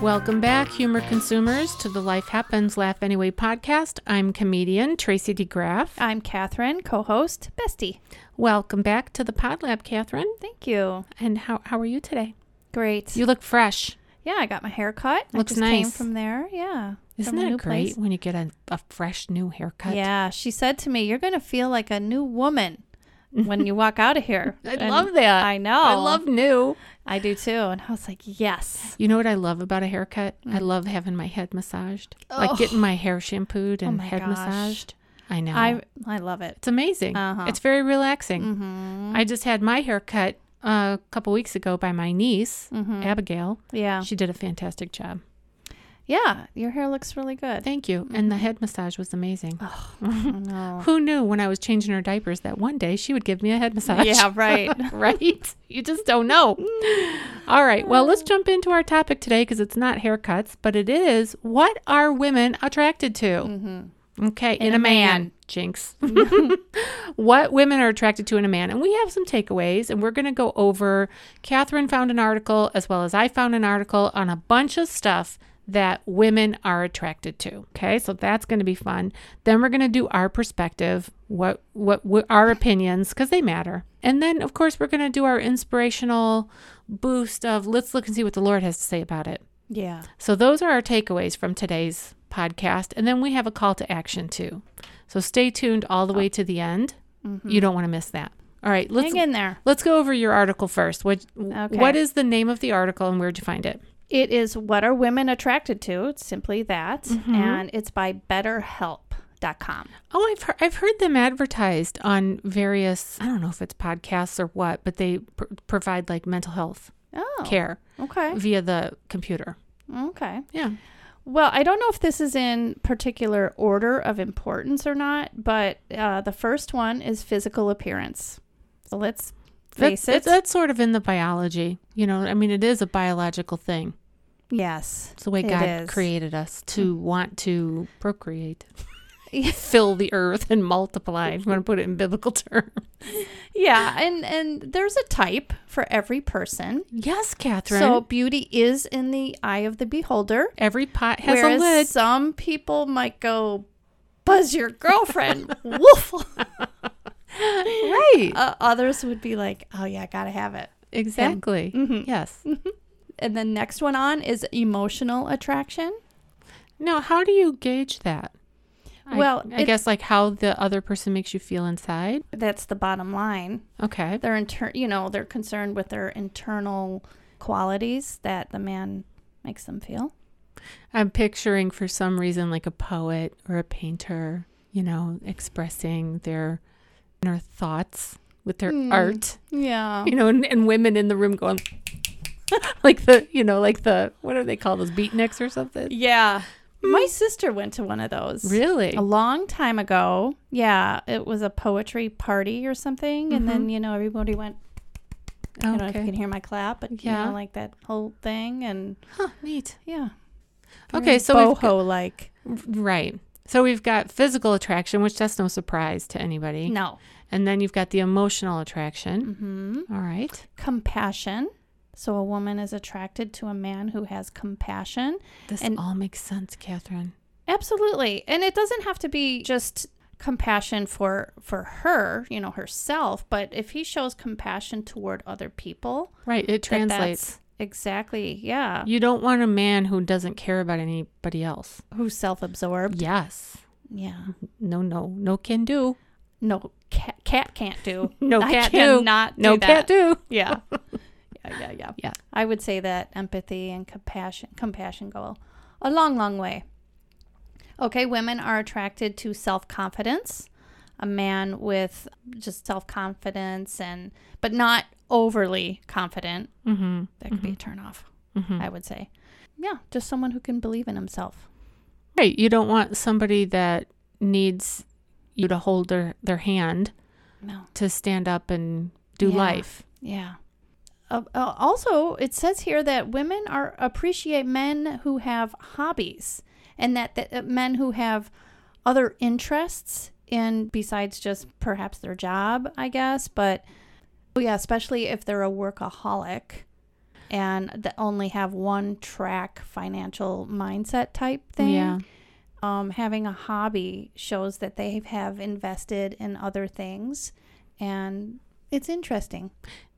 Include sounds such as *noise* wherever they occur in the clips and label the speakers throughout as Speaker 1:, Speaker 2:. Speaker 1: Welcome back, humor consumers, to the Life Happens Laugh Anyway podcast. I'm comedian Tracy DeGraff.
Speaker 2: I'm Catherine, co host, Bestie.
Speaker 1: Welcome back to the Pod Lab, Catherine.
Speaker 2: Thank you.
Speaker 1: And how, how are you today?
Speaker 2: Great.
Speaker 1: You look fresh.
Speaker 2: yeah, I got my hair cut.
Speaker 1: Looks
Speaker 2: I just came
Speaker 1: nice.
Speaker 2: from there. Yeah.
Speaker 1: Isn't
Speaker 2: from a
Speaker 1: that
Speaker 2: new
Speaker 1: great
Speaker 2: place.
Speaker 1: when you get a, a fresh new haircut?
Speaker 2: Yeah. She said to me, You're going to feel like a new woman when you walk out of here.
Speaker 1: *laughs* I
Speaker 2: And
Speaker 1: love that.
Speaker 2: I know.
Speaker 1: I love new.
Speaker 2: I do too. And I was like, Yes.
Speaker 1: You know what I love about a haircut? I love having my head massaged. Like
Speaker 2: Mm. Oh.
Speaker 1: getting my hair shampooed and
Speaker 2: my
Speaker 1: head
Speaker 2: gosh.
Speaker 1: massaged. I know.
Speaker 2: I I love it.
Speaker 1: It's amazing.
Speaker 2: Uh-huh.
Speaker 1: It's very relaxing. I just had my hair cut uh, a couple weeks ago by my niece, Abigail.
Speaker 2: Yeah.
Speaker 1: She did a fantastic job.
Speaker 2: Yeah. Your hair looks really good.
Speaker 1: Thank you. And the head massage was amazing. *laughs*
Speaker 2: no.
Speaker 1: Who knew when I was changing her diapers that one day she would give me a head *laughs* massage?
Speaker 2: Yeah, right.
Speaker 1: right? You just don't *laughs* know. All right. Well, let's jump into our topic today because it's not haircuts, but it is what are women attracted to? Okay, Mm-hmm. in, a man. Jinx. what women are attracted to in a man. And we have some takeaways, and we're going to go over. Catherine found an article, as well as I found an article on a bunch of stuff that women are attracted to. Okay, so that's going to be fun. Then we're going to do our perspective, what, what, what our opinions, because they matter. And then, of course, we're going to do our inspirational boost of let's look and see what the Lord has to say about it.
Speaker 2: Yeah.
Speaker 1: So those are our takeaways from today's podcast. And then we have a call to action too. So stay tuned all the way to the end. You don't want to miss that. All right, let's
Speaker 2: Hang in there.
Speaker 1: let's go over your article first. What
Speaker 2: Okay.
Speaker 1: what is the name of the article and where'd you find it?
Speaker 2: It is What Are Women Attracted To? It's simply that.
Speaker 1: Mm-hmm.
Speaker 2: And it's by betterhelp.com.
Speaker 1: Oh, I've heard, I've heard them advertised on various I don't know if it's podcasts or what, but they pr- provide like mental health
Speaker 2: Oh,
Speaker 1: care
Speaker 2: okay.
Speaker 1: via the computer.
Speaker 2: Okay.
Speaker 1: Yeah.
Speaker 2: Well, I don't know if this is in particular order of importance or not, but uh, the first one is physical appearance. So let's face
Speaker 1: that's,
Speaker 2: it.
Speaker 1: that's sort of in the biology. You know, I mean it is a biological thing.
Speaker 2: yes.
Speaker 1: It's the way
Speaker 2: It
Speaker 1: God
Speaker 2: is. Mm.
Speaker 1: created us to want to
Speaker 2: *laughs*
Speaker 1: procreate, *laughs* fill the earth, and multiply. If you want to put it in biblical terms.
Speaker 2: Yeah. And, and there's a type for every person.
Speaker 1: Yes, Catherine.
Speaker 2: So
Speaker 1: So
Speaker 2: beauty is in the eye of the beholder.
Speaker 1: every pot has
Speaker 2: Whereas
Speaker 1: a lid.
Speaker 2: some people might go, buzz
Speaker 1: *laughs*
Speaker 2: your girlfriend, woof. *laughs*
Speaker 1: Right.
Speaker 2: Uh, others would be like, oh yeah, gotta have it.
Speaker 1: exactly. Yes.
Speaker 2: Mm. And the next one on is emotional attraction.
Speaker 1: Now, how do you gauge that? I-
Speaker 2: Well,
Speaker 1: I,
Speaker 2: it-
Speaker 1: guess like how the other person makes you feel inside.
Speaker 2: That's the bottom line.
Speaker 1: Okay.
Speaker 2: They're inter- you know, they're concerned with their internal qualities that the man makes them feel.
Speaker 1: I'm picturing for some reason like a poet or a painter, you know, expressing their inner thoughts with their
Speaker 2: Hmm.
Speaker 1: art.
Speaker 2: Yeah.
Speaker 1: you know, and, and women in the room going *laughs* like the, you know, like the what are they called? Those beatniks or something?
Speaker 2: Yeah. My sister went to one of those.
Speaker 1: Mm. Really?
Speaker 2: a long time ago. Yeah, it was a poetry party or something, and then you know everybody went. I don't know if
Speaker 1: Mm-hmm.
Speaker 2: you
Speaker 1: Okay.
Speaker 2: can hear my clap, but you
Speaker 1: Yeah.
Speaker 2: know, like that whole thing, and
Speaker 1: Huh, neat.
Speaker 2: yeah.
Speaker 1: Okay, so we've got-
Speaker 2: boho like
Speaker 1: right. So we've got physical attraction, which that's no surprise to anybody.
Speaker 2: no
Speaker 1: And then you've got the emotional attraction.
Speaker 2: hmm
Speaker 1: All right.
Speaker 2: compassion. So a woman is attracted to a man who has compassion.
Speaker 1: This
Speaker 2: And-
Speaker 1: all makes sense, Catherine.
Speaker 2: Absolutely, and it doesn't have to be just compassion for for her, you know, herself. But if he shows compassion toward other people,
Speaker 1: Right. It
Speaker 2: that
Speaker 1: translates.
Speaker 2: that's exactly yeah.
Speaker 1: you don't want a man who doesn't care about anybody else.
Speaker 2: Who's self-absorbed?
Speaker 1: Yes.
Speaker 2: Yeah.
Speaker 1: No, no, no can do.
Speaker 2: No, cat, cat can't do.
Speaker 1: No
Speaker 2: I
Speaker 1: cat do.
Speaker 2: cannot do
Speaker 1: No
Speaker 2: that.
Speaker 1: cat do.
Speaker 2: Yeah. *laughs* yeah, yeah, yeah.
Speaker 1: Yeah.
Speaker 2: I would say that empathy and compassion compassion go a long, long way. Okay, women are attracted to self-confidence. A man with just self-confidence and but not overly confident.
Speaker 1: Mm-hmm.
Speaker 2: That could be a turnoff,
Speaker 1: Mhm.
Speaker 2: I would say. Yeah, just someone who can believe in himself.
Speaker 1: Right. You don't want somebody that needs you to hold their, their hand
Speaker 2: No.
Speaker 1: to stand up and do
Speaker 2: Yeah.
Speaker 1: life.
Speaker 2: Yeah. Uh, uh, also, it says here that women are appreciate men who have hobbies, and that, that uh, men who have other interests in besides just perhaps their job, I guess. But oh yeah, especially if they're a workaholic. and that only have one track financial mindset type thing.
Speaker 1: Yeah.
Speaker 2: Um, having a hobby shows that they have invested in other things, and it's interesting.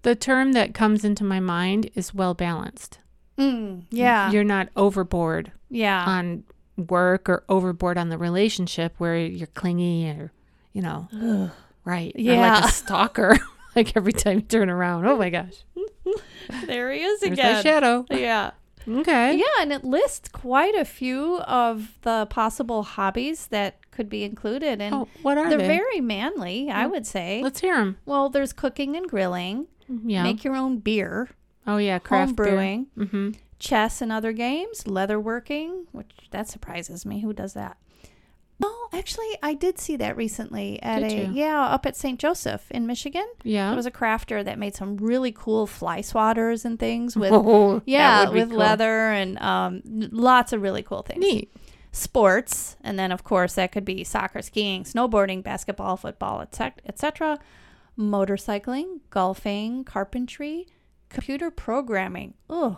Speaker 1: The term that comes into my mind is well balanced.
Speaker 2: Mm, yeah.
Speaker 1: You're not overboard
Speaker 2: yeah.
Speaker 1: on work or overboard on the relationship where you're clingy or, you
Speaker 2: *sighs*
Speaker 1: know, right. or like
Speaker 2: Yeah.
Speaker 1: a stalker. *laughs* like every time you turn around, oh my gosh,
Speaker 2: there he is
Speaker 1: there's my shadow.
Speaker 2: Yeah.
Speaker 1: Okay.
Speaker 2: *laughs* Yeah, and it lists quite a few of the possible hobbies that could be included, and
Speaker 1: Oh, what are
Speaker 2: they're
Speaker 1: they? Oh,
Speaker 2: very manly, I would say.
Speaker 1: Let's hear them.
Speaker 2: well, there's cooking and grilling,
Speaker 1: Yeah.
Speaker 2: Mm-hmm. make your own beer,
Speaker 1: oh yeah.
Speaker 2: home
Speaker 1: Craft
Speaker 2: brewing,
Speaker 1: Mm-hmm.
Speaker 2: chess and other games, leatherworking, which that surprises me. Who does that? Oh, actually, I did see that recently at
Speaker 1: Did
Speaker 2: a
Speaker 1: you? Oh.
Speaker 2: yeah up at St. Joseph in Michigan.
Speaker 1: Yeah.
Speaker 2: There was a crafter that made some really cool fly swatters and things with
Speaker 1: Oh, *laughs* that
Speaker 2: yeah
Speaker 1: would be
Speaker 2: with
Speaker 1: cool.
Speaker 2: leather and um, n- lots of really cool things.
Speaker 1: Neat.
Speaker 2: Sports, and then of course that could be soccer, skiing, snowboarding, basketball, football, etc., etc. Motorcycling, golfing, carpentry, computer programming.
Speaker 1: *laughs*
Speaker 2: Ugh.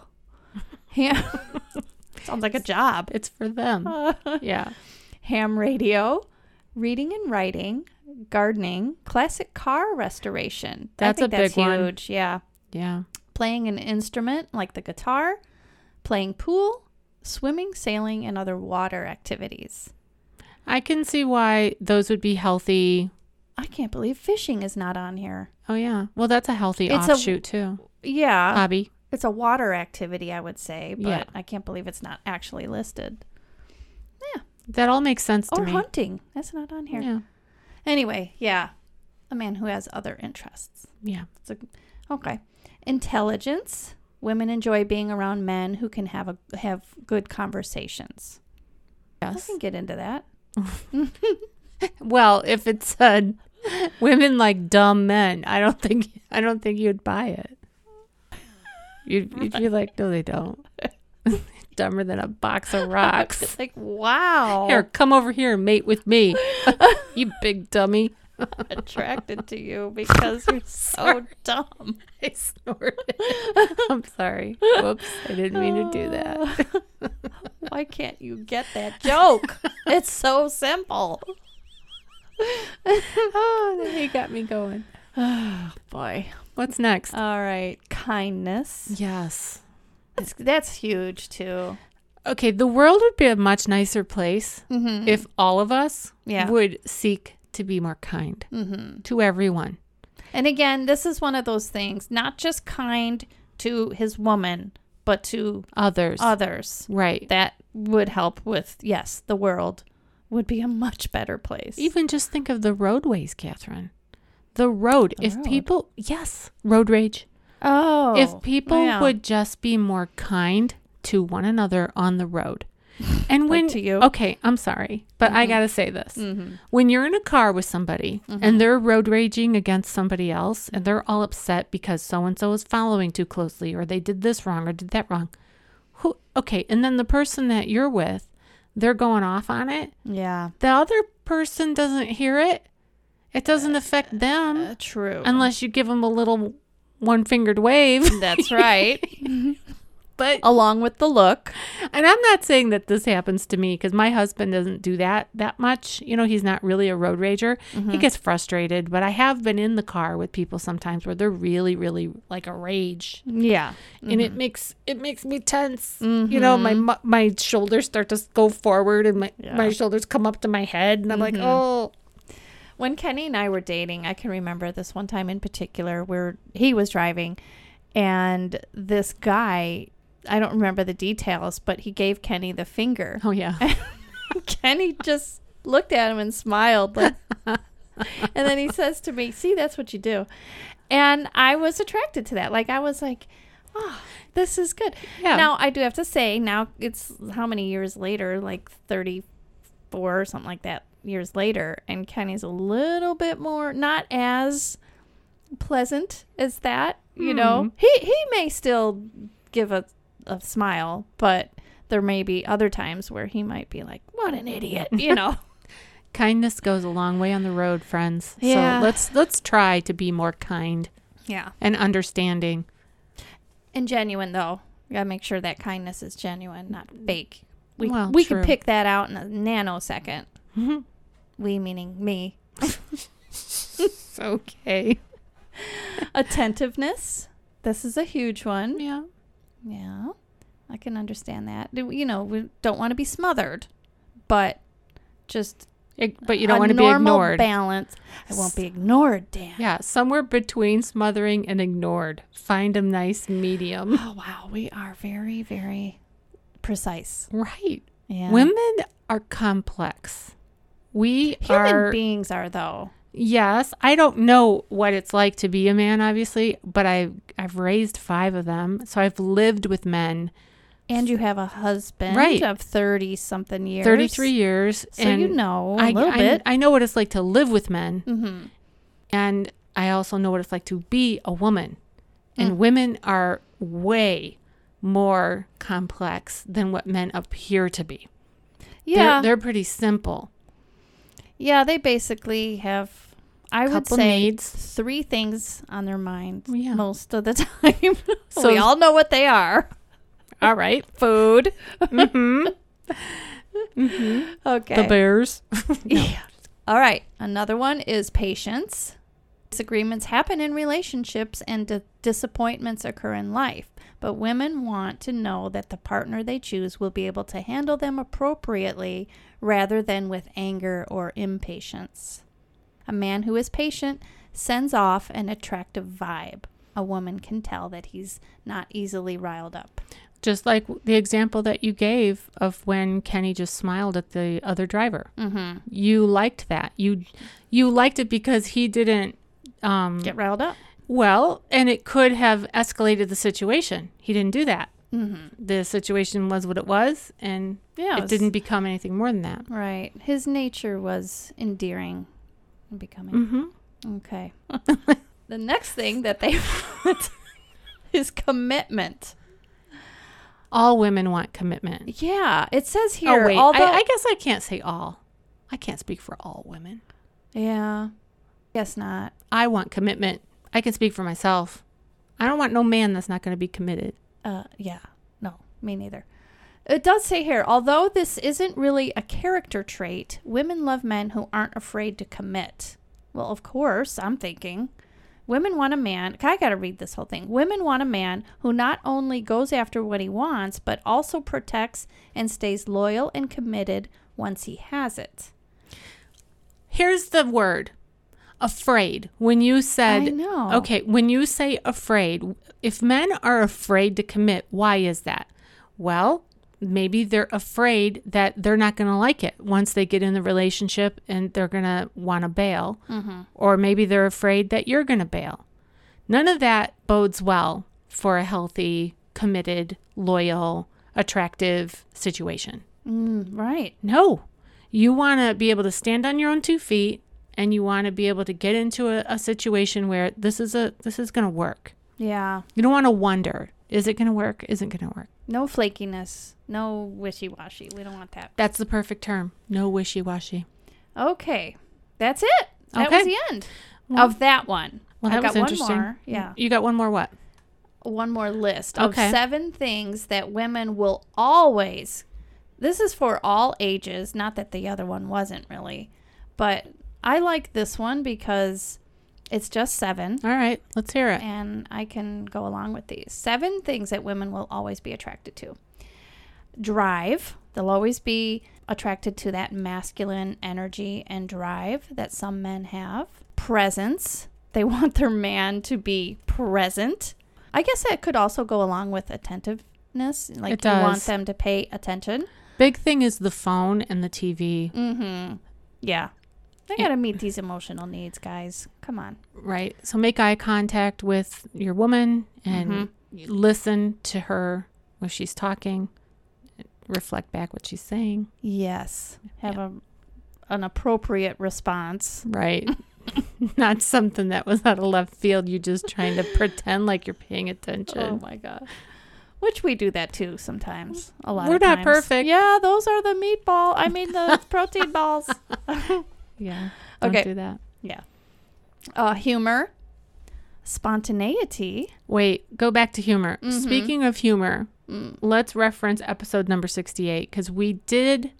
Speaker 2: Yeah. *laughs* Sounds like a job. *laughs*
Speaker 1: It's for them. Yeah.
Speaker 2: Ham radio, reading and writing, gardening, classic car restoration. I
Speaker 1: That's
Speaker 2: think
Speaker 1: a
Speaker 2: that's
Speaker 1: big one.
Speaker 2: huge. Yeah.
Speaker 1: Yeah.
Speaker 2: Playing an instrument like the guitar, playing pool, swimming, sailing, and other water activities.
Speaker 1: I can see why those would be healthy.
Speaker 2: I can't believe fishing is not on here.
Speaker 1: Oh yeah. Well, that's a healthy
Speaker 2: It's a-
Speaker 1: offshoot too.
Speaker 2: Yeah.
Speaker 1: Hobby.
Speaker 2: Uh, it's a water activity, I would say, but
Speaker 1: Yeah.
Speaker 2: I can't believe it's not actually listed.
Speaker 1: That all makes sense to
Speaker 2: Or
Speaker 1: me.
Speaker 2: hunting. That's not on here.
Speaker 1: Yeah.
Speaker 2: Anyway, yeah. A man who has other interests.
Speaker 1: Yeah.
Speaker 2: It's a, okay. Intelligence. Women enjoy being around men who can have a have good conversations. I
Speaker 1: Yes.
Speaker 2: can get into that.
Speaker 1: Well, if it
Speaker 2: *laughs*
Speaker 1: said women like dumb men, I don't think I don't think you'd buy it. You'd, you'd be like, no, they don't. *laughs* Dumber than a box of rocks.
Speaker 2: *laughs* It's like, wow.
Speaker 1: Here, come over here and mate with
Speaker 2: *laughs*
Speaker 1: me. you big dummy.
Speaker 2: attracted to you because *laughs* you're so dumb. *laughs*
Speaker 1: I snorted. *laughs* I'm sorry. Whoops. I didn't mean to do that.
Speaker 2: *laughs* Why can't you get that joke? it's so *laughs* simple.
Speaker 1: *laughs* Oh, you got me going.
Speaker 2: *sighs* Boy.
Speaker 1: What's next?
Speaker 2: All right. Kindness.
Speaker 1: yes.
Speaker 2: That's, that's huge too.
Speaker 1: Okay, the world would be a much nicer place
Speaker 2: Mm-hmm.
Speaker 1: if all of us
Speaker 2: Yeah.
Speaker 1: would seek to be more kind
Speaker 2: Mm-hmm.
Speaker 1: to everyone.
Speaker 2: And again, this is one of those things, not just kind to his woman, but to
Speaker 1: Others.
Speaker 2: others.
Speaker 1: right.
Speaker 2: That would help with, yes, the world would be a much better place.
Speaker 1: Even just think of the roadways, Catherine. The road.
Speaker 2: The
Speaker 1: if
Speaker 2: road.
Speaker 1: people, yes, road rage.
Speaker 2: oh.
Speaker 1: if people
Speaker 2: yeah.
Speaker 1: would just be more kind to one another on the *laughs* road. And
Speaker 2: Like
Speaker 1: when
Speaker 2: to you.
Speaker 1: okay, I'm sorry, but I
Speaker 2: Mhm.
Speaker 1: gotta say this:
Speaker 2: Mhm.
Speaker 1: when you're in a car with somebody
Speaker 2: Mm-hmm.
Speaker 1: and they're road raging against somebody else, and they're all upset because so and so is following too closely, or they did this wrong, or did that wrong. Who? Okay, and then the person that you're with, they're going off on it.
Speaker 2: Yeah.
Speaker 1: The other person doesn't hear it. It doesn't affect them
Speaker 2: Uh, true.
Speaker 1: unless you give them a little one-fingered wave. *laughs*
Speaker 2: That's *laughs* right.
Speaker 1: But
Speaker 2: Along with the look.
Speaker 1: And I'm not saying that this happens to me because my husband doesn't do that that much. You know, he's not really a road rager. He gets frustrated, but I have been in the car with people sometimes where they're really, really like a rage,
Speaker 2: Yeah.
Speaker 1: and
Speaker 2: Mm-hmm.
Speaker 1: it makes it makes me tense. You know, my mu- my shoulders start to s- go forward, and my
Speaker 2: Yeah. Mm-hmm.
Speaker 1: my shoulders come up to my head, and I'm like, oh,
Speaker 2: When Kenny and I were dating, I can remember this one time in particular where he was driving and this guy, I don't remember the details, but he gave Kenny the finger.
Speaker 1: oh yeah,
Speaker 2: *laughs* Kenny just looked at him and smiled like And then he says to me, "See, that's what you do." And I was attracted to that. Like I was like, "Oh, this is good."
Speaker 1: *laughs* yeah.
Speaker 2: Now I do have to say, now it's how many years later, like thirty four or something like that years later, and Kenny's a little bit more not as pleasant as that. You
Speaker 1: Hmm.
Speaker 2: know, he he may still give a a smile, but there may be other times where he might be like, "What an idiot," you
Speaker 1: *laughs*
Speaker 2: know.
Speaker 1: kindness goes a long way on the road, friends.
Speaker 2: Yeah.
Speaker 1: So let's let's try to be more kind
Speaker 2: yeah.
Speaker 1: and understanding.
Speaker 2: And genuine though. You gotta make sure that kindness is genuine, not fake. We
Speaker 1: Well,
Speaker 2: we
Speaker 1: true.
Speaker 2: could pick that out in a nanosecond.
Speaker 1: Mhm.
Speaker 2: We meaning me.
Speaker 1: *laughs* It's okay.
Speaker 2: Attentiveness. This is a huge one.
Speaker 1: Yeah.
Speaker 2: Yeah, I can understand that. Do- You know, we don't want to be smothered, but just
Speaker 1: Ig- But you don't
Speaker 2: a
Speaker 1: want to be
Speaker 2: normal
Speaker 1: ignored.
Speaker 2: Balance. I won't be ignored, Dan.
Speaker 1: Yeah, somewhere between smothering and ignored. Find a nice
Speaker 2: *sighs*
Speaker 1: medium.
Speaker 2: Oh wow, we are very very precise.
Speaker 1: Right.
Speaker 2: Yeah,
Speaker 1: Women are complex. We
Speaker 2: human
Speaker 1: are
Speaker 2: beings are though.
Speaker 1: Yes, I don't know what it's like to be a man obviously, but I I've raised 5 of them, so I've lived with men
Speaker 2: And you have a husband
Speaker 1: Right.
Speaker 2: of thirty something years,
Speaker 1: 33 years
Speaker 2: So
Speaker 1: and
Speaker 2: you know a
Speaker 1: I,
Speaker 2: little
Speaker 1: I,
Speaker 2: bit.
Speaker 1: I know what it's like to live with men
Speaker 2: mm-hmm.
Speaker 1: and I also know what it's like to be a woman. And
Speaker 2: Mm.
Speaker 1: women are way more complex than what men appear to be. They're-
Speaker 2: Yeah,
Speaker 1: They're, pretty simple.
Speaker 2: yeah. They basically have. I would
Speaker 1: Couple
Speaker 2: say
Speaker 1: needs.
Speaker 2: three things on their mind
Speaker 1: Yeah.
Speaker 2: most of the *laughs* time.
Speaker 1: So-
Speaker 2: we all know what they are.
Speaker 1: All
Speaker 2: *laughs*
Speaker 1: right. Mm-hmm.
Speaker 2: Food. Mm-hmm. Okay.
Speaker 1: The
Speaker 2: *laughs*
Speaker 1: bears.
Speaker 2: Yeah. All right. Another one is patience. Disagreements happen in relationships and di- disappointments occur in life, but women want to know that the partner they choose will be able to handle them appropriately rather than with anger or impatience. A man who is patient sends off an attractive vibe. A woman can tell that he's not easily riled up.
Speaker 1: Just like the example that you gave of when Kenny just smiled at the other driver.
Speaker 2: Mm-hmm.
Speaker 1: You liked that. You you liked it because he didn't um
Speaker 2: Get riled up.
Speaker 1: well, and it could have escalated the situation. He didn't do that.
Speaker 2: Mm-hmm.
Speaker 1: The situation was what it was and
Speaker 2: Yeah.
Speaker 1: it didn't become anything more than that.
Speaker 2: Right. His nature was endearing and becoming.
Speaker 1: Mm-hmm. *laughs*
Speaker 2: Okay. the next thing that they want *laughs* is commitment.
Speaker 1: All women want commitment.
Speaker 2: Yeah. It says here,
Speaker 1: oh wait,
Speaker 2: although.
Speaker 1: I, I guess I can't say all. I can't speak for all women.
Speaker 2: yeah. Guess not.
Speaker 1: I want commitment. I can speak for myself. I don't want no man that's not going to be committed.
Speaker 2: Uh, yeah. No, me neither. It does say here, although this isn't really a character trait, women love men who aren't afraid to commit. Well, of course, I'm thinking. Women want a man. I got to read this whole thing. Women want a man who not only goes after what he wants, but also protects and stays loyal and committed once he has it.
Speaker 1: Here's the word afraid. When you said,
Speaker 2: I know.
Speaker 1: okay, when you say afraid, if men are afraid to commit, why is that? Well, maybe they're afraid that they're not going to like it once they get in the relationship and they're going to want to bail. Or maybe they're afraid that you're going to bail. None of that bodes well for a healthy, committed, loyal, attractive situation.
Speaker 2: Mm, right.
Speaker 1: No, you want to be able to stand on your own two feet, and you want to be able to get into a, a situation where this is a this is going to work.
Speaker 2: Yeah.
Speaker 1: You don't want to wonder is it going to work? Is it going to work?
Speaker 2: No flakiness. No wishy washy. We don't want that.
Speaker 1: That's the perfect term. No wishy washy.
Speaker 2: Okay. That's it. That was
Speaker 1: Okay.
Speaker 2: the end
Speaker 1: Well-
Speaker 2: of that one.
Speaker 1: Well,
Speaker 2: I've
Speaker 1: that was
Speaker 2: got
Speaker 1: interesting.
Speaker 2: one more. Yeah.
Speaker 1: You got one more what?
Speaker 2: One more list of
Speaker 1: Okay.
Speaker 2: seven things that women will always this is for all ages, not that the other one wasn't really, but I like this one because it's just seven
Speaker 1: All right, let's hear it.
Speaker 2: and I can go along with these. Seven things that women will always be attracted to. Drive. They'll always be attracted to that masculine energy and drive that some men have. Presence. They *laughs* want their man to be present. I guess that could also go along with attentiveness. Like
Speaker 1: It
Speaker 2: you want
Speaker 1: does.
Speaker 2: them to pay attention.
Speaker 1: Big thing is the phone and the TV,
Speaker 2: Mm-hmm. Yeah. I gotta meet these emotional needs, guys. Come on.
Speaker 1: right? So make eye contact with your woman and
Speaker 2: Mhm.
Speaker 1: listen to her when she's talking. Reflect back what she's saying.
Speaker 2: Yes. Have a an appropriate response.
Speaker 1: Right. *laughs* Not something that was out of left field. You just trying to pretend like you're paying
Speaker 2: Oh
Speaker 1: attention.
Speaker 2: my god. Which we do that too sometimes. A lot.
Speaker 1: We're
Speaker 2: of
Speaker 1: not
Speaker 2: times.
Speaker 1: perfect.
Speaker 2: Yeah, those are the meatball. I mean
Speaker 1: *laughs*
Speaker 2: the protein balls.
Speaker 1: yeah. Don't
Speaker 2: Okay.
Speaker 1: do that.
Speaker 2: Uh, humor. spontaneity.
Speaker 1: Wait, go back to humor.
Speaker 2: Mm-hmm.
Speaker 1: Speaking of humor,
Speaker 2: Mm.
Speaker 1: let's reference episode number 68 because we did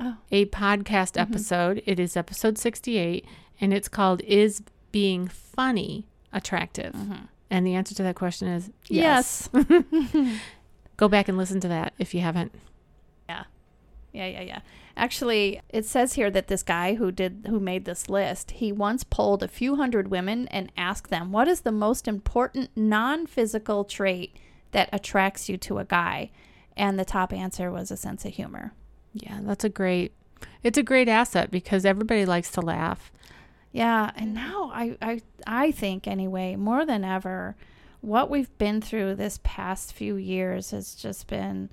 Speaker 2: Oh.
Speaker 1: a podcast
Speaker 2: Mm-hmm.
Speaker 1: episode. It is episode 68, and it's called Is Being Funny Attractive?
Speaker 2: Uh-huh. Mm-hmm.
Speaker 1: And the answer to that question is yes. Go back and listen to that if you haven't.
Speaker 2: *laughs* Yeah, yeah, yeah. Actually, it says here that this guy who did who made this list, he once polled a few hundred women and asked them, "What is the most important non-physical trait that attracts you to a guy?" And the top answer was a sense of humor.
Speaker 1: Yeah, that's a great. It's a great asset because everybody likes to laugh.
Speaker 2: Yeah, and now I I I think anyway, more than ever, what we've been through this past few years has just been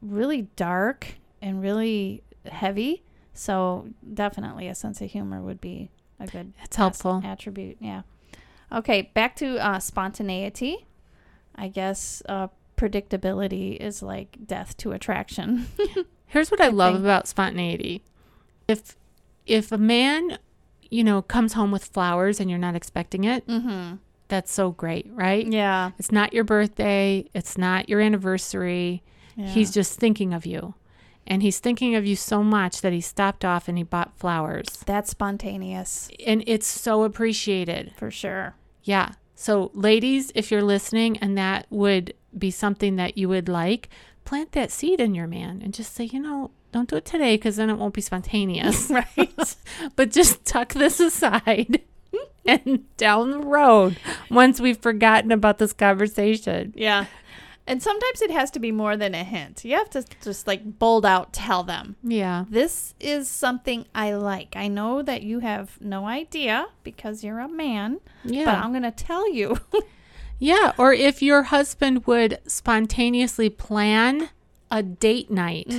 Speaker 2: really dark and really heavy. So, definitely a sense of humor would be a good
Speaker 1: It's helpful.
Speaker 2: attribute. Yeah. Okay, back to uh, spontaneity. I guess uh, predictability is like death to attraction. *laughs*
Speaker 1: Here's what I, love
Speaker 2: think.
Speaker 1: about spontaneity. If if a man, you know, comes home with flowers and you're not expecting it,
Speaker 2: mm-hmm.
Speaker 1: that's so great, right?
Speaker 2: Yeah.
Speaker 1: It's not your birthday, it's not your anniversary. He's just thinking of you. And he's thinking of you so much that he stopped off and he bought flowers.
Speaker 2: that's spontaneous
Speaker 1: And it's so appreciated.
Speaker 2: for sure.
Speaker 1: Yeah. So, ladies, if you're listening and that would be something that you would like, plant that seed in your man and just say, you know, don't do it today because then it won't be spontaneous.
Speaker 2: *laughs* Right.
Speaker 1: *laughs* but just tuck this aside *laughs* and down the road once we've forgotten about this conversation.
Speaker 2: Yeah. And sometimes it has to be more than a hint. You have to just like bold out tell them.
Speaker 1: Yeah.
Speaker 2: This is something I like. I know that you have no idea because you're a man,
Speaker 1: Yeah.
Speaker 2: but I'm going to tell you.
Speaker 1: Yeah, or if your husband would spontaneously plan a date night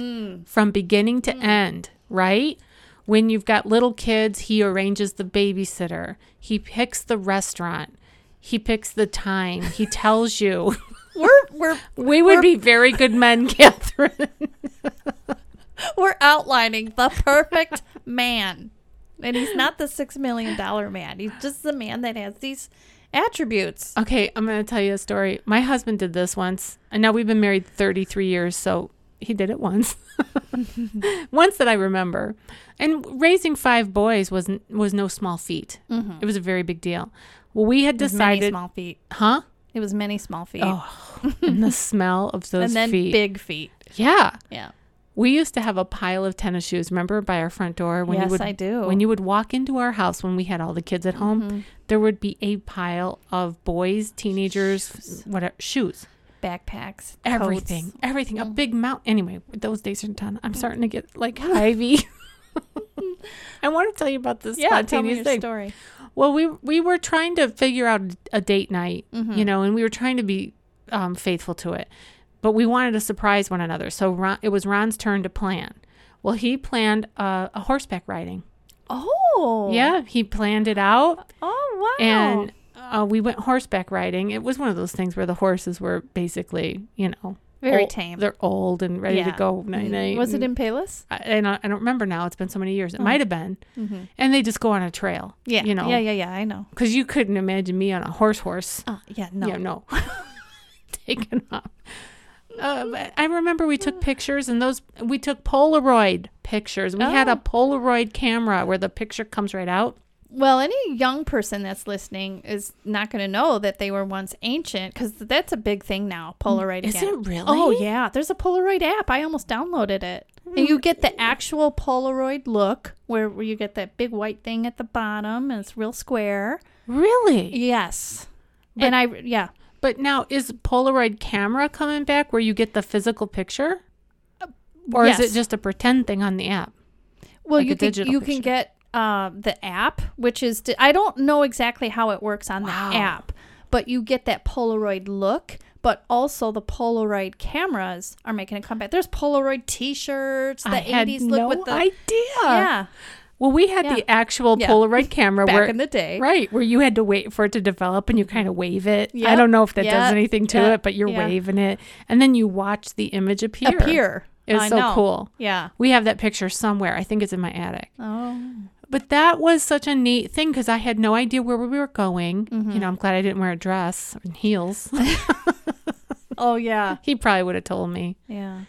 Speaker 1: from beginning
Speaker 2: Mm.
Speaker 1: to end, right? When you've got little kids, he arranges the babysitter, he picks the restaurant, he picks the time,
Speaker 2: *laughs*
Speaker 1: he tells you.
Speaker 2: *laughs* we're we're
Speaker 1: We would be very good men, *laughs* Catherine.
Speaker 2: we're outlining the perfect *laughs* man. And he's not the 6 million dollar man. He's just the man that has these attributes.
Speaker 1: Okay, I'm going to tell you a story. My husband did this once, and now we've been married 33 years, so he did it
Speaker 2: *laughs*
Speaker 1: once. once that I remember. And raising five boys was n- was no small feat. It was a very big deal. Well, we had
Speaker 2: It was many
Speaker 1: Mm-hmm. decided,
Speaker 2: small feet.
Speaker 1: huh?
Speaker 2: It was many small feet.
Speaker 1: Oh, and the smell of those
Speaker 2: *laughs* and then
Speaker 1: feet.
Speaker 2: big feet.
Speaker 1: Yeah.
Speaker 2: Yeah.
Speaker 1: We used to have a pile of tennis shoes. Remember by our front door when you
Speaker 2: yes,
Speaker 1: would
Speaker 2: I do.
Speaker 1: when you would walk into our house when we had all the kids at home,
Speaker 2: Mhm.
Speaker 1: there would be a pile of boys, teenagers,
Speaker 2: Shoes.
Speaker 1: whatever shoes,
Speaker 2: backpacks,
Speaker 1: everything,
Speaker 2: coats. Mm.
Speaker 1: everything, a big mount. Anyway, those days are done. I'm starting to get
Speaker 2: *laughs*
Speaker 1: like ivy. *laughs* I want to tell you about this
Speaker 2: Yeah, tell me
Speaker 1: spontaneous
Speaker 2: your
Speaker 1: thing.
Speaker 2: story.
Speaker 1: Well, we we were trying to figure out a date night,
Speaker 2: Mm-hmm. Hmm.
Speaker 1: you know, and we were trying to be um, faithful to it, but we wanted to surprise one another. So Ron, it was Ron's turn to plan. Well, he planned uh, a horseback riding.
Speaker 2: Oh.
Speaker 1: Yeah, he planned it out,
Speaker 2: Oh wow.
Speaker 1: and uh, we went horseback riding. It was one of those things where the horses were basically, you know,
Speaker 2: Very
Speaker 1: old-
Speaker 2: tame.
Speaker 1: They're old and ready to
Speaker 2: Yeah. Mm-hmm.
Speaker 1: go. Night, night,
Speaker 2: was it Oh.
Speaker 1: and-
Speaker 2: in Palis?
Speaker 1: I- and I, I don't remember now. It's been so many years. It might have been. And they just go on a trail.
Speaker 2: Yeah.
Speaker 1: You know.
Speaker 2: Yeah, yeah, yeah. I Mm-hmm. know.
Speaker 1: Because you couldn't imagine me on a horse horse.
Speaker 2: Uh, yeah. No.
Speaker 1: Yeah, no. *laughs* Taken off. Uh, but I remember we took pictures and those we took Polaroid pictures. We had a
Speaker 2: Oh.
Speaker 1: Polaroid camera where the picture comes right out.
Speaker 2: Well, any young person that's listening is not going to know that they were once ancient because that's a big thing now. Polaroid.
Speaker 1: Is
Speaker 2: again.
Speaker 1: it really?
Speaker 2: Oh yeah. There's a Polaroid app. I almost downloaded it. And you get the actual Polaroid look where, where you get that big white thing at the bottom and it's real square.
Speaker 1: Really?
Speaker 2: Yes.
Speaker 1: Eh.
Speaker 2: and I, yeah.
Speaker 1: But now is Polaroid camera coming back where you get the physical picture? Or is
Speaker 2: yes.
Speaker 1: it just a pretend thing on the app?
Speaker 2: Well,
Speaker 1: like
Speaker 2: you
Speaker 1: a
Speaker 2: can
Speaker 1: digital
Speaker 2: you
Speaker 1: picture.
Speaker 2: can get uh, the app, which is di- I don't know exactly how it works on
Speaker 1: Wow.
Speaker 2: the app, but you get that Polaroid look. But also the Polaroid cameras are making a comeback. There's Polaroid T-shirts, the
Speaker 1: I had
Speaker 2: 80s
Speaker 1: no
Speaker 2: look with the
Speaker 1: idea.
Speaker 2: yeah
Speaker 1: Well, we had
Speaker 2: Yeah.
Speaker 1: the actual
Speaker 2: Yeah.
Speaker 1: Polaroid camera
Speaker 2: *laughs* back
Speaker 1: where
Speaker 2: in the day.
Speaker 1: Right, where you had to wait for it to develop and you kind of wave it. I
Speaker 2: Yep,
Speaker 1: don't know if that does
Speaker 2: yep,
Speaker 1: anything to
Speaker 2: yep,
Speaker 1: it, but you're
Speaker 2: yeah.
Speaker 1: waving it. And then you watch the image appear.
Speaker 2: Appear.
Speaker 1: It was
Speaker 2: I
Speaker 1: so
Speaker 2: know.
Speaker 1: cool.
Speaker 2: Yeah.
Speaker 1: We have that picture somewhere. I think it's in my attic.
Speaker 2: Oh.
Speaker 1: But that was such a neat thing because I had no idea where we were
Speaker 2: Mm-hmm.
Speaker 1: going. You know, I'm glad I didn't wear a dress and heels. *laughs*
Speaker 2: Oh yeah.
Speaker 1: he probably would have told me.
Speaker 2: Yeah.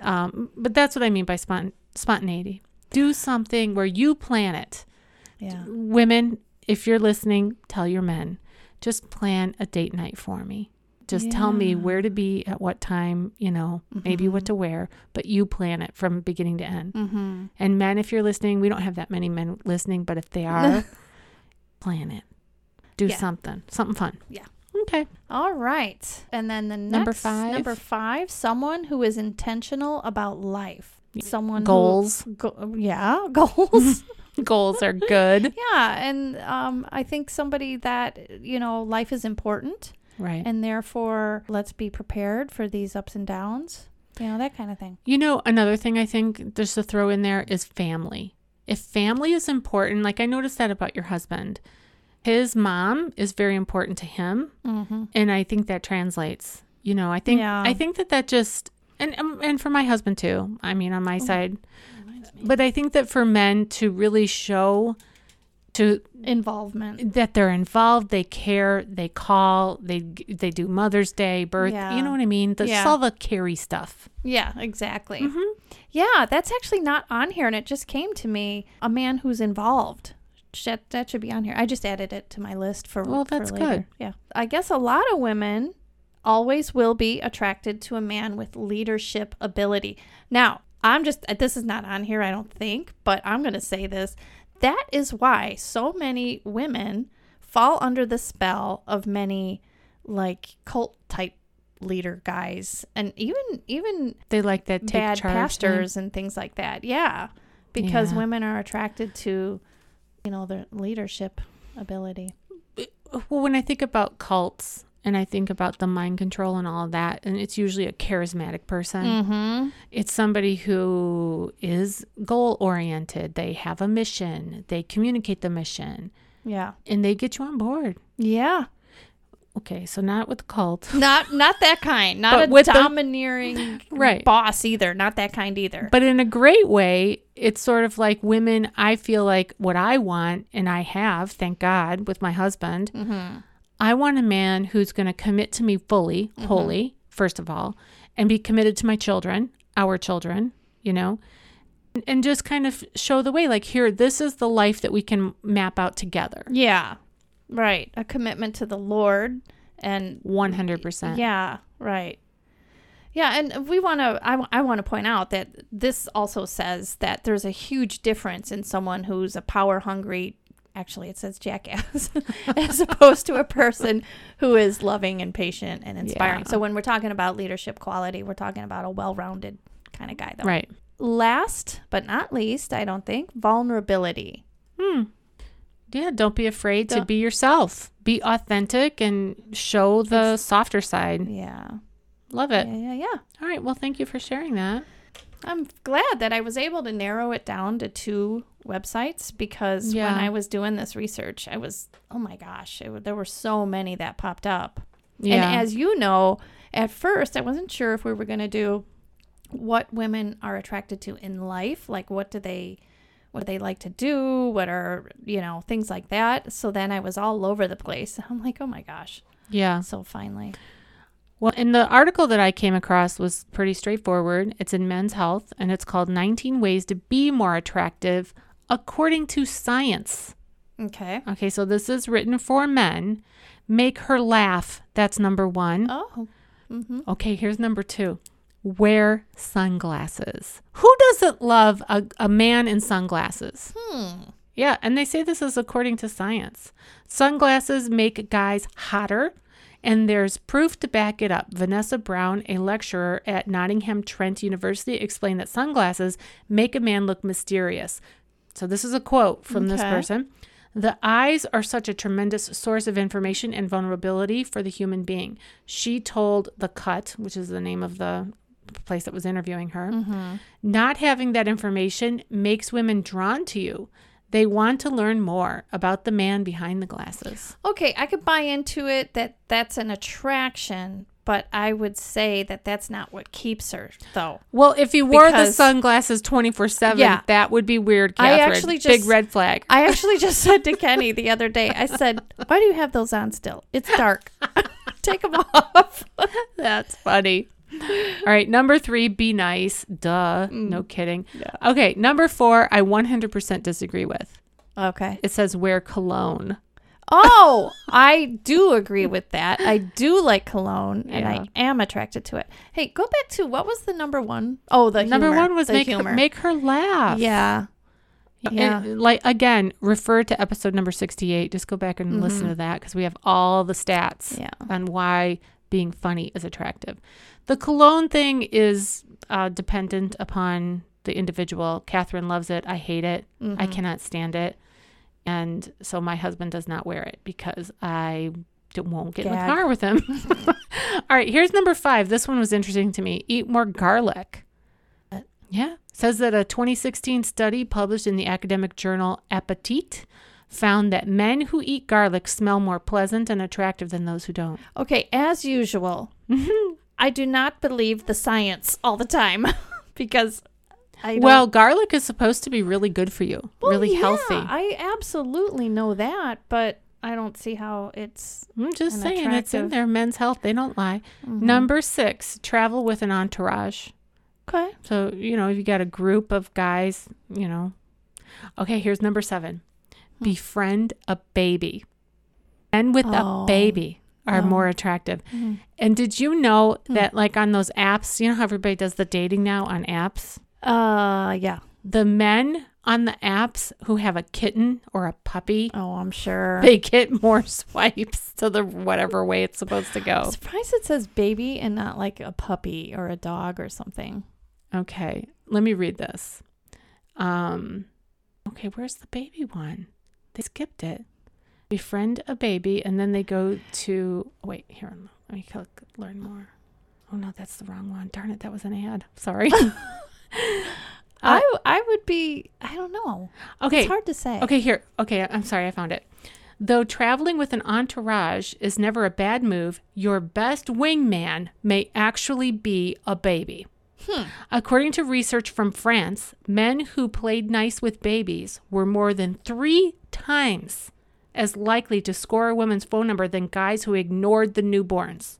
Speaker 1: Um, but that's what I mean by spont- spontaneity. Do something where you plan it.
Speaker 2: Yeah.
Speaker 1: Women, if you're listening, tell your men. Just plan a date night for me. Just tell me
Speaker 2: Yeah.
Speaker 1: where to be at what time, you know, maybe what to wear, but you plan it from beginning to end.
Speaker 2: Mm-hmm.
Speaker 1: And men, if you're listening, we don't have that many men listening, but if they
Speaker 2: *laughs*
Speaker 1: are, plan it. Do
Speaker 2: Yeah.
Speaker 1: something, something fun.
Speaker 2: Yeah.
Speaker 1: Okay.
Speaker 2: All right. And then the next,
Speaker 1: Number five.
Speaker 2: Number five. Someone who is intentional about life. Someone who-
Speaker 1: Goals.
Speaker 2: *laughs* Go- yeah.
Speaker 1: *laughs*
Speaker 2: Goals.
Speaker 1: Goals are good.
Speaker 2: yeah. And um, I think somebody that you know life is important,
Speaker 1: Right.
Speaker 2: and therefore let's be prepared for these ups and downs. You know that kind of thing.
Speaker 1: You know, another thing I think just to throw in there is family. If family is important, like I noticed that about your husband, his mom is very important to him,
Speaker 2: Mm-hmm.
Speaker 1: and I think that translates. You know, I think
Speaker 2: Yeah.
Speaker 1: I think that that just and um, and for my husband too. I mean, on my
Speaker 2: Mm-hmm.
Speaker 1: side, but I think that for men to really show to
Speaker 2: Involvement.
Speaker 1: that they're involved, they care, they call, they they do Mother's Day, birth,
Speaker 2: Yeah.
Speaker 1: you know what I mean? The,
Speaker 2: Yeah.
Speaker 1: All the carry stuff.
Speaker 2: Yeah. Exactly.
Speaker 1: Mhm.
Speaker 2: Yeah, that's actually not on here, and it just came to me. A man who's involved. That, that should be on here. I just added it to my list for.
Speaker 1: Well,
Speaker 2: for
Speaker 1: that's
Speaker 2: later.
Speaker 1: good.
Speaker 2: Yeah, I guess a lot of women always will be attracted to a man with leadership ability. Now, I'm just uh, this is not on here, I don't think, but I'm going to say this. That is why so many women fall under the spell of many like cult type leader guys and even even
Speaker 1: They like that take
Speaker 2: bad
Speaker 1: charge thing.
Speaker 2: pastors and things like that. Yeah, because
Speaker 1: Yeah.
Speaker 2: women are attracted to, you know, their leadership ability.
Speaker 1: Well, when I think about cults and I think about the mind control and all of that, and it's usually a charismatic person.
Speaker 2: Mm-hmm.
Speaker 1: It's somebody who is goal oriented. They have a mission. They communicate the mission,
Speaker 2: Yeah.
Speaker 1: and they get you on board.
Speaker 2: Yeah.
Speaker 1: Okay, so not with the cult,
Speaker 2: Not not that kind. Not
Speaker 1: But
Speaker 2: a
Speaker 1: with the-
Speaker 2: domineering
Speaker 1: *laughs* Right.
Speaker 2: boss either. Not that kind either.
Speaker 1: but in a great way. It's sort of like women. I feel like what I want, and I have, thank God, with my husband.
Speaker 2: mm-hmm.
Speaker 1: I want a man who's going to commit to me fully, wholly, first of all, and be committed to my children, our children, you know, and, and just kind of show the way like, here, this is the life that we can map out together.
Speaker 2: Yeah. Right. A commitment to the Lord and
Speaker 1: 100%.
Speaker 2: Yeah, right. Yeah, and we want to. I, w- I want to point out that this also says that there's a huge difference in someone who's a power hungry. Actually, it says jackass, *laughs*
Speaker 1: *laughs*
Speaker 2: as opposed to a person who is loving and patient and inspiring.
Speaker 1: Yeah.
Speaker 2: So when we're talking about leadership quality, we're talking about a well-rounded kind of guy, though.
Speaker 1: Right.
Speaker 2: Last but not least, I don't think vulnerability.
Speaker 1: Hmm. Yeah, don't be afraid to
Speaker 2: Don't-
Speaker 1: be yourself. Be authentic and show the softer side.
Speaker 2: Yeah.
Speaker 1: Love
Speaker 2: Yeah,
Speaker 1: it.
Speaker 2: yeah, yeah.
Speaker 1: All right. Well, thank you for sharing that.
Speaker 2: I'm glad that I was able to narrow it down to two websites because
Speaker 1: Yeah.
Speaker 2: when I was doing this research, I was, oh my gosh, it, wa- there were so many that popped up.
Speaker 1: Yeah.
Speaker 2: And as you know, at first, I wasn't sure if we were going to do what women are attracted to in life. Like, what do they. What do they like to do? What are, you know, things like that. So then I was all over the place. *laughs* I'm like, oh my gosh.
Speaker 1: yeah.
Speaker 2: So finally.
Speaker 1: Well, and the article that I came across was pretty straightforward. It's in Men's Health and it's called 19 Ways to Be More Attractive According to Science.
Speaker 2: Okay.
Speaker 1: Okay, so this is written for men. Make her laugh. That's number one.
Speaker 2: Oh. Mm-hmm.
Speaker 1: Okay, here's number two wear sunglasses. Who doesn't love a, a man in sunglasses?
Speaker 2: Hmm.
Speaker 1: Yeah, and they say this is according to science. Sunglasses make guys hotter, and there's proof to back it up. Vanessa Brown, a lecturer at Nottingham Trent University, explained that sunglasses make a man look mysterious. So, this is a quote from this
Speaker 2: Okay.
Speaker 1: person. The eyes are such a tremendous source of information and vulnerability for the human being. She told The Cut, which is the name of the place that was interviewing her, not having that information makes women drawn to you. They want to learn more about the man behind the glasses.
Speaker 2: Okay, I could buy into it that that's an attraction, But I would say that that's not what keeps her, though.
Speaker 1: Well, if you wore the
Speaker 2: Because-
Speaker 1: sunglasses 24 7,
Speaker 2: Yeah.
Speaker 1: that would be weird,
Speaker 2: I
Speaker 1: Catherine.
Speaker 2: actually
Speaker 1: Big
Speaker 2: just-
Speaker 1: red flag.
Speaker 2: I actually just said to Kenny the other day, I said, Why do you have those on still? It's dark. *laughs* Take them off.
Speaker 1: That's funny. All right, number three, be nice. Duh. No kidding. Okay, number four, I 100% disagree with.
Speaker 2: Okay.
Speaker 1: It says wear cologne.
Speaker 2: Oh, I do agree with that. I do like cologne and
Speaker 1: Yeah.
Speaker 2: I am attracted to it. Hey, go back to what was the number one? Oh, the
Speaker 1: number
Speaker 2: humor.
Speaker 1: one was
Speaker 2: The
Speaker 1: make her,
Speaker 2: humor.
Speaker 1: make her laugh. Uh,
Speaker 2: yeah.
Speaker 1: And,
Speaker 2: Yeah.
Speaker 1: like, again, refer to episode number 68. Just go back and listen to that because we have all the stats
Speaker 2: Yeah.
Speaker 1: on why being funny is attractive. The cologne thing is uh, dependent upon the individual. Catherine loves it. I hate it. I cannot stand it. And so my husband does not wear it because I d- won't get in the
Speaker 2: Gag.
Speaker 1: car with him. *laughs* All right, here's number five. This one was interesting to me. Eat more garlic. Yeah. Says that a 2016 study published in the academic journal Appetit found that men who eat garlic smell more pleasant and attractive than those who don't.
Speaker 2: Okay, as usual, I do not believe the science all the time *laughs* because I don't-
Speaker 1: Well, garlic is supposed to be really good for you,
Speaker 2: Well,
Speaker 1: really
Speaker 2: yeah,
Speaker 1: healthy.
Speaker 2: I absolutely know that, but I don't see how it's
Speaker 1: I'm just
Speaker 2: and
Speaker 1: saying it's in
Speaker 2: attractive. Mm-hmm.
Speaker 1: there. Men's health, they don't lie. Number six, travel with an entourage.
Speaker 2: okay.
Speaker 1: So, you know, if you got a group of guys, you know. Okay, here's number seven
Speaker 2: Hmm.
Speaker 1: befriend a baby. Men with
Speaker 2: Oh. Mm-hmm.
Speaker 1: a baby are more attractive. And did you know
Speaker 2: Hmm.
Speaker 1: that, like, on those apps, you know how everybody does the dating now on apps?
Speaker 2: Uh, yeah.
Speaker 1: The men on the apps who have a kitten or a puppy,
Speaker 2: Oh, I'm sure.
Speaker 1: *laughs* they get more swipes to the whatever way it's supposed to go.
Speaker 2: I'm surprised it says baby and not like a puppy or a dog or something.
Speaker 1: Okay, let me read this. Um, okay, where's the baby one? They skipped it. Befriend a baby, and then they go to. oh, Wait, here, let me click, learn more. Oh no, that's the wrong one. Darn it, that was an ad. Sorry.
Speaker 2: I I would be I don't know.
Speaker 1: Uh, Okay,
Speaker 2: It's hard to say.
Speaker 1: Okay, here. Okay, I'm sorry, I found it. Though traveling with an entourage is never a bad move, your best wingman may actually be a baby. According to research from France, men who played nice with babies were more than three times as likely to score a woman's phone number than guys who ignored the newborns.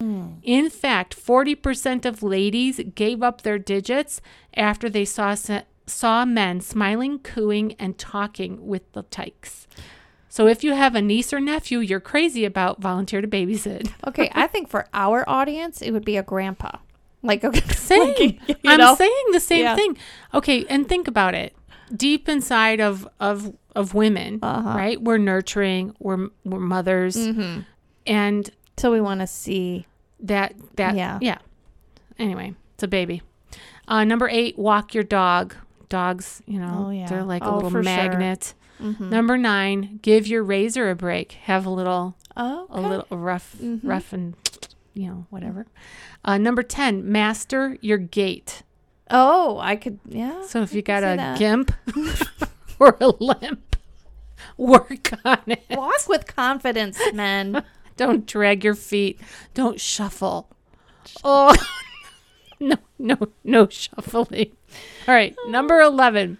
Speaker 1: In fact, 40% of ladies gave up their digits after they saw se- saw men smiling, cooing, and talking with the tykes. So if you have a niece or nephew you're crazy about, volunteer to babysit. *laughs*
Speaker 2: Okay, I think for our audience it would be a grandpa. Like *laughs* okay,
Speaker 1: Same.
Speaker 2: you
Speaker 1: I'm
Speaker 2: know?
Speaker 1: saying the same
Speaker 2: Yeah.
Speaker 1: thing. Okay, and think about it. Deep inside of of of women,
Speaker 2: Uh-huh.
Speaker 1: right? We're nurturing, we're we're mothers,
Speaker 2: Mm.
Speaker 1: and
Speaker 2: So we want to see
Speaker 1: that that yeah
Speaker 2: Yeah.
Speaker 1: yeah. Anyway, it's a baby. Uh, number eight, walk your dog. Dogs, you know,
Speaker 2: Oh, yeah. Mm.
Speaker 1: they're like a
Speaker 2: Oh,
Speaker 1: little
Speaker 2: for sure.
Speaker 1: magnet.
Speaker 2: Mm-hmm.
Speaker 1: Number nine, give your razor a break. Have a little
Speaker 2: oh
Speaker 1: a little rough,
Speaker 2: Mm-hmm.
Speaker 1: rough and you know whatever. Uh, number ten, master your gait.
Speaker 2: Oh, I could yeah.
Speaker 1: So if you got
Speaker 2: see
Speaker 1: a
Speaker 2: that.
Speaker 1: gimp *laughs* or a limp, *laughs* work on it.
Speaker 2: Walk
Speaker 1: *laughs*
Speaker 2: with confidence, men.
Speaker 1: Don't drag your feet. Don't shuffle. Oh *laughs* no, no, no shuffling. All right, number eleven.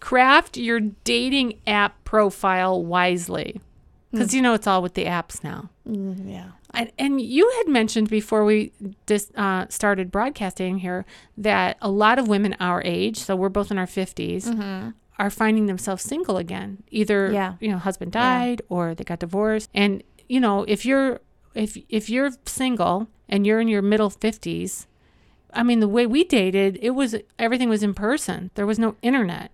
Speaker 1: Craft your dating app profile wisely, because you know it's all with the apps now.
Speaker 2: Mm, yeah.
Speaker 1: And, and you had mentioned before we dis, uh, started broadcasting here that a lot of women our age, so we're both in our 50s, are finding themselves single again. Either
Speaker 2: Yeah.
Speaker 1: you know husband died or they got divorced. And you know if you're if if you're single and you're in your middle 50s, I mean the way we dated, it was everything was in person. There was no internet.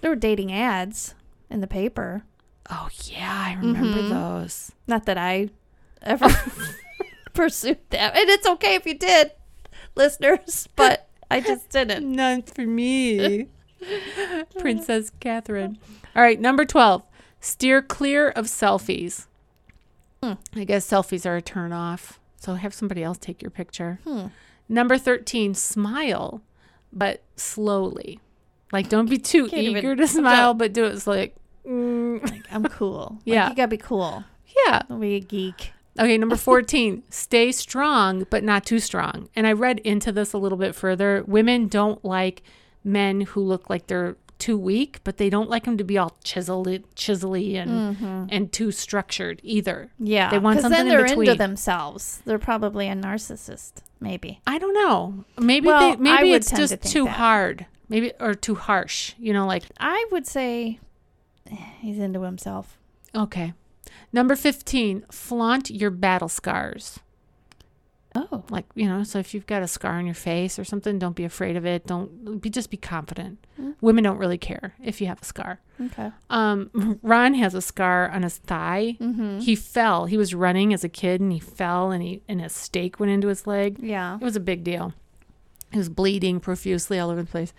Speaker 2: There were dating ads in the paper.
Speaker 1: Oh yeah, I remember those.
Speaker 2: Not that I
Speaker 1: *laughs*
Speaker 2: ever pursued that. And it's okay if you did, listeners, *laughs* but I just didn't.
Speaker 1: Not for
Speaker 2: *laughs*
Speaker 1: me. Princess Catherine. All right, number 12. Steer clear of selfies.
Speaker 2: Hmm.
Speaker 1: I guess selfies are a turn off. So have somebody else take your picture. Number 13. Smile, but slowly. Like, don't be too
Speaker 2: Can't even-
Speaker 1: eager to smile, but do it. It's like, mm,
Speaker 2: *laughs* I'm cool. Like,
Speaker 1: Yeah.
Speaker 2: you gotta be cool.
Speaker 1: yeah.
Speaker 2: Don't be a geek.
Speaker 1: Okay, number 14, stay strong, but not too strong. And I read into this a little bit further. Women don't like men who look like they're too weak, but they don't like them to be all chiseled, chiselly
Speaker 2: Mm.
Speaker 1: and, and too structured either.
Speaker 2: Yeah.
Speaker 1: Mm-hmm. They want
Speaker 2: 'cause
Speaker 1: something
Speaker 2: then
Speaker 1: in
Speaker 2: they're
Speaker 1: between.
Speaker 2: into themselves. They're probably a narcissist, maybe.
Speaker 1: I don't know. Maybe
Speaker 2: Well,
Speaker 1: they,
Speaker 2: I
Speaker 1: maybe
Speaker 2: would
Speaker 1: it's
Speaker 2: tend to
Speaker 1: just
Speaker 2: think
Speaker 1: too
Speaker 2: that.
Speaker 1: hard. Maybe or too harsh. You know, like
Speaker 2: I would say eh, he's into himself.
Speaker 1: okay. Number 15, flaunt your battle scars.
Speaker 2: Oh.
Speaker 1: Like, you know, so if you've got a scar on your face or something, don't be afraid of it. Don't be just be confident.
Speaker 2: Mm.
Speaker 1: Women don't really care if you have a scar.
Speaker 2: Okay.
Speaker 1: Um *laughs* Ron has a scar on his thigh.
Speaker 2: Mm-hmm.
Speaker 1: He fell. He was running as a kid and he fell and he and a stake went into his leg.
Speaker 2: Yeah.
Speaker 1: It was a big deal. He was bleeding profusely all over the place.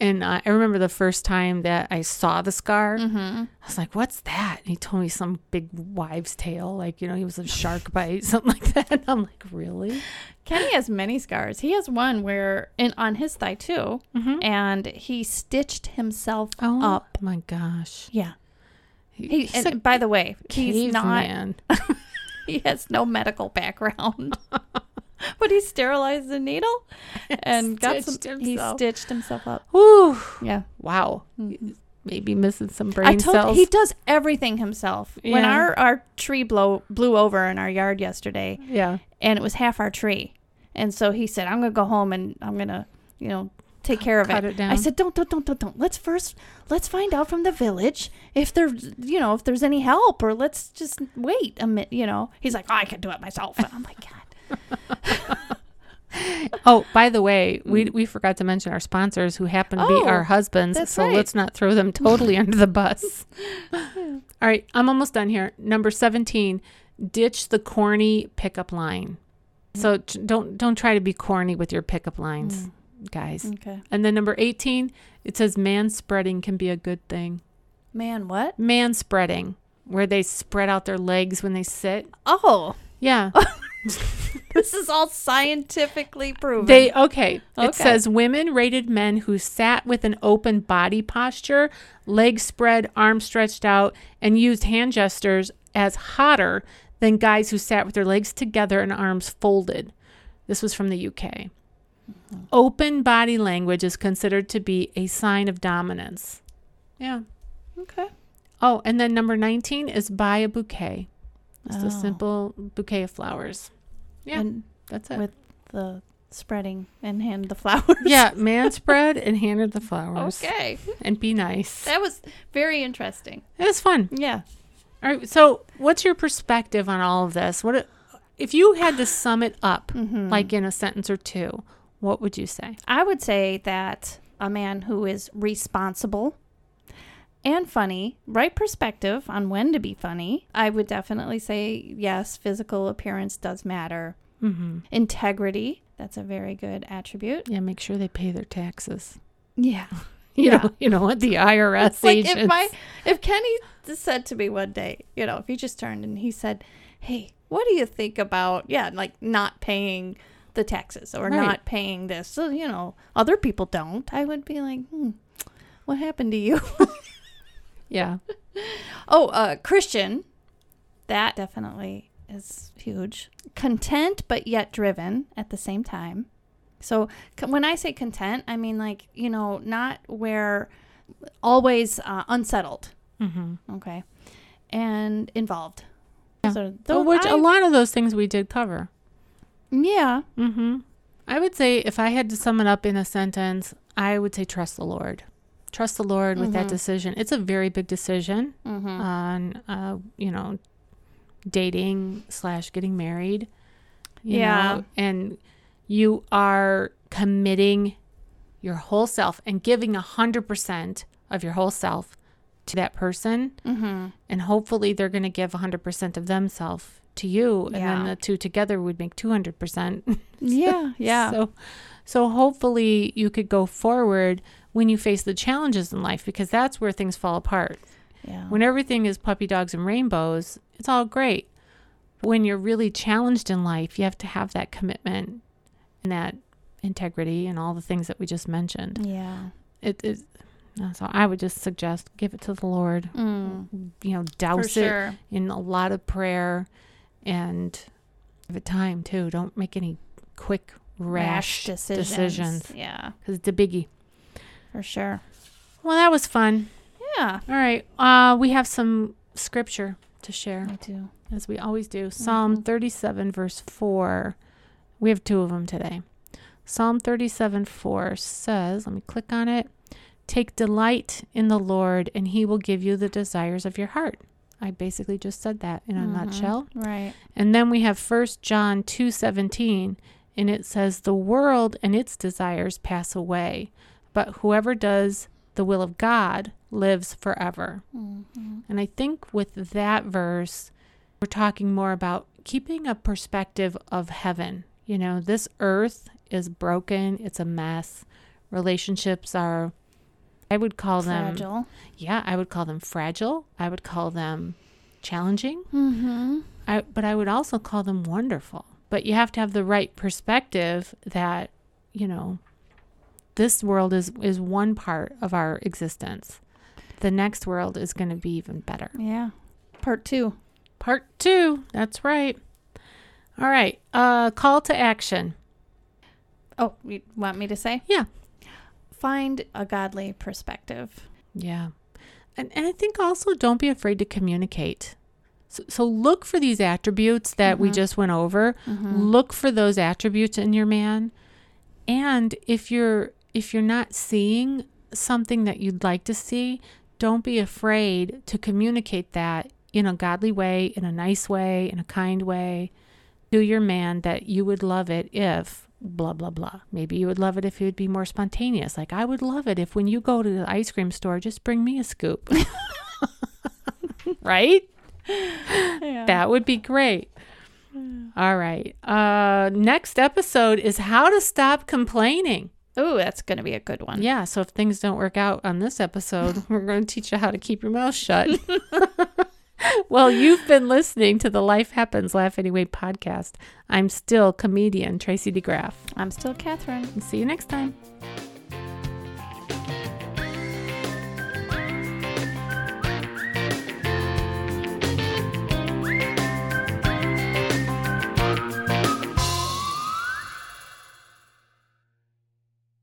Speaker 1: And uh, I remember the first time that I saw the scar,
Speaker 2: Mm-hmm.
Speaker 1: I was like, what's that? And he told me some big wives' tale, like, you know, he was a shark *laughs* bite, something like that. And I'm like, really?
Speaker 2: Kenny has many scars. He has one where, and on his thigh too,
Speaker 1: Mm-hmm.
Speaker 2: and he stitched himself
Speaker 1: Oh
Speaker 2: up.
Speaker 1: my gosh.
Speaker 2: Yeah.
Speaker 1: He-
Speaker 2: He,
Speaker 1: he's
Speaker 2: and
Speaker 1: a
Speaker 2: by the way, he's not. *laughs*
Speaker 1: caveman.
Speaker 2: He has no
Speaker 1: *laughs*
Speaker 2: medical background. but he sterilized the needle and got some.
Speaker 1: Stitched
Speaker 2: He
Speaker 1: himself.
Speaker 2: stitched himself up.
Speaker 1: Whew.
Speaker 2: Yeah.
Speaker 1: Wow.
Speaker 2: Mhm.
Speaker 1: Maybe missing some brain
Speaker 2: I told
Speaker 1: cells.
Speaker 2: he does everything himself. When
Speaker 1: Yeah.
Speaker 2: our our tree blow blew over in our yard yesterday,
Speaker 1: yeah.
Speaker 2: and it was half our tree, and so he said, "I'm gonna go home and I'm gonna, you know, take care of
Speaker 1: Cut it down.
Speaker 2: I said, "Don't, don't, don't, don't, don't. Let's first let's find out from the village if there, you know, if there's any help, or let's just wait a minute." You know, he's like, "I can do it myself." And I'm like, "God,
Speaker 1: Oh, by the way, we we forgot to mention our sponsors who happen to
Speaker 2: Mm. Oh,
Speaker 1: be our husbands,
Speaker 2: that's
Speaker 1: so
Speaker 2: right.
Speaker 1: let's not throw them totally under the
Speaker 2: *laughs*
Speaker 1: bus. All right, I'm almost done here. Number 17, ditch the corny pickup line. So
Speaker 2: Mm.
Speaker 1: t- don't don't try to be corny with your pickup lines,
Speaker 2: Mm.
Speaker 1: guys.
Speaker 2: okay,
Speaker 1: And then number 18, it says man spreading can be a good thing.
Speaker 2: man, what?
Speaker 1: Man spreading, where they spread out their legs when they sit.
Speaker 2: Oh,
Speaker 1: Yeah.
Speaker 2: *laughs* this is all scientifically proven."
Speaker 1: They okay.
Speaker 2: Okay.
Speaker 1: It says women rated men who sat with an open body posture, legs spread, arms stretched out, and used hand gestures as hotter than guys who sat with their legs together and arms folded. This was from the UK.
Speaker 2: Mm-hmm.
Speaker 1: Open body language is considered to be a sign of dominance. Yeah.
Speaker 2: okay.
Speaker 1: Oh, and then number 19 is buy a bouquet. Just
Speaker 2: Oh.
Speaker 1: a simple bouquet of flowers. Yeah.
Speaker 2: And
Speaker 1: That's it.
Speaker 2: with the spreading and hand the *laughs* flowers.
Speaker 1: Yeah, man spread and handed the flowers.
Speaker 2: *laughs* Okay.
Speaker 1: And be nice.
Speaker 2: That was very interesting.
Speaker 1: It was fun.
Speaker 2: Yeah.
Speaker 1: All right. So, what's your perspective on all of this? What if you had to sum it up, like in a sentence or two? What would you say?
Speaker 2: I would say that a man who is responsible and funny, right perspective on when to be funny, I would definitely say yes, physical appearance does matter.
Speaker 1: Mm-hmm.
Speaker 2: Integrity, that's a very good attribute.
Speaker 1: Yeah, make sure they pay their taxes. *laughs*
Speaker 2: Yeah.
Speaker 1: You
Speaker 2: Yeah.
Speaker 1: know, you know what the IRS
Speaker 2: It's like
Speaker 1: agents.
Speaker 2: if my if Kenny just said to me one day, you know, if he just turned and he said, "Hey, what do you think about yeah, like not paying the taxes or
Speaker 1: Right.
Speaker 2: not paying this?" So you know, other people don't. I would be like, hmm, "What happened to you?"
Speaker 1: yeah.
Speaker 2: oh, uh, Christian, that definitely is huge. Content but yet driven at the same time. So c- when I say content, I mean like you know, not where always uh, unsettled.
Speaker 1: Mm-hmm.
Speaker 2: Okay. And involved.
Speaker 1: Yeah.
Speaker 2: So
Speaker 1: So,
Speaker 2: those-
Speaker 1: which
Speaker 2: I-
Speaker 1: a lot of those things we did cover.
Speaker 2: Yeah.
Speaker 1: Mm-hmm. I would say if I had to sum it up in a sentence, I would say trust the Lord. Trust the Lord with that
Speaker 2: Mhm.
Speaker 1: decision. It's a very big decision.
Speaker 2: Mm-hmm.
Speaker 1: on uh, you know dating slash getting married you
Speaker 2: Yeah.
Speaker 1: know, and you are committing your whole self and giving a hundred percent of your whole self to that person
Speaker 2: mm-hmm.
Speaker 1: and hopefully they're going to give a hundred percent of themselves to you and then
Speaker 2: Yeah.
Speaker 1: the two together would make 200 percent *laughs*
Speaker 2: Yeah. Yeah.
Speaker 1: so so hopefully you could go forward when you face the challenges in life because that's where things fall apart
Speaker 2: yeah.
Speaker 1: when everything is puppy dogs and rainbows, it's all great. But when you're really challenged in life, you have to have that commitment and that integrity and all the things that we just mentioned.
Speaker 2: yeah.
Speaker 1: It is so I would just suggest give it to the Lord.
Speaker 2: Mm.
Speaker 1: You know,
Speaker 2: For
Speaker 1: douse it
Speaker 2: sure.
Speaker 1: in a lot of prayer and give it time too. Don't make any quick rash, decisions. 'Cause decisions
Speaker 2: Yeah,
Speaker 1: because it's a biggie.
Speaker 2: for sure.
Speaker 1: Well, that was fun.
Speaker 2: Yeah,
Speaker 1: All right, uh, we have some scripture to share
Speaker 2: I do.
Speaker 1: as we always do. Psalm
Speaker 2: Mhm.
Speaker 1: 37 verse 4. We have two of them today. Psalm 37 4 says, let me click on it. Take delight in the Lord, and he will give you the desires of your heart. I basically just said that in a
Speaker 2: Mhm.
Speaker 1: nutshell.
Speaker 2: Right.
Speaker 1: And then we have 1 John 2:17 and it says the world and its desires pass away, but whoever does the will of God lives forever.
Speaker 2: Mm-hmm.
Speaker 1: And I think with that verse we're talking more about keeping a perspective of heaven. You know, this earth is broken, it's a mess. Relationships are I would call them
Speaker 2: Fragile.
Speaker 1: yeah, I would call them fragile. I would call them challenging.
Speaker 2: Mm-hmm.
Speaker 1: I, but I would also call them wonderful. But you have to have the right perspective that, you know, this world is is one part of our existence. The next world is going to be even better.
Speaker 2: Yeah. Part two.
Speaker 1: Part 2. That's right. All right. Uh call to action.
Speaker 2: Oh, you want me to say?
Speaker 1: Yeah.
Speaker 2: Find a godly perspective.
Speaker 1: Yeah. And and I think also don't be afraid to communicate. So, so look for these attributes that we
Speaker 2: Mhm.
Speaker 1: just went over
Speaker 2: Mm-hmm.
Speaker 1: look for those attributes in your man and if you're if you're not seeing something that you'd like to see don't be afraid to communicate that in a godly way in a nice way in a kind way to your man that you would love it if blah blah blah maybe you would love it if it would be more spontaneous like i would love it if when you go to the ice cream store just bring me a scoop *laughs* right
Speaker 2: Yeah.
Speaker 1: that would be great. All right. Uh, next episode is how to stop complaining.
Speaker 2: Ooh, that's gonna be a good one.
Speaker 1: Yeah. So if things don't work out on this episode, we're going to teach you how to keep your mouth shut. *laughs* well, you've been listening to the Life Happens Laugh Anyway podcast. I'm still comedian Tracy DeGraff.
Speaker 2: I'm still Catherine.
Speaker 1: See you next time.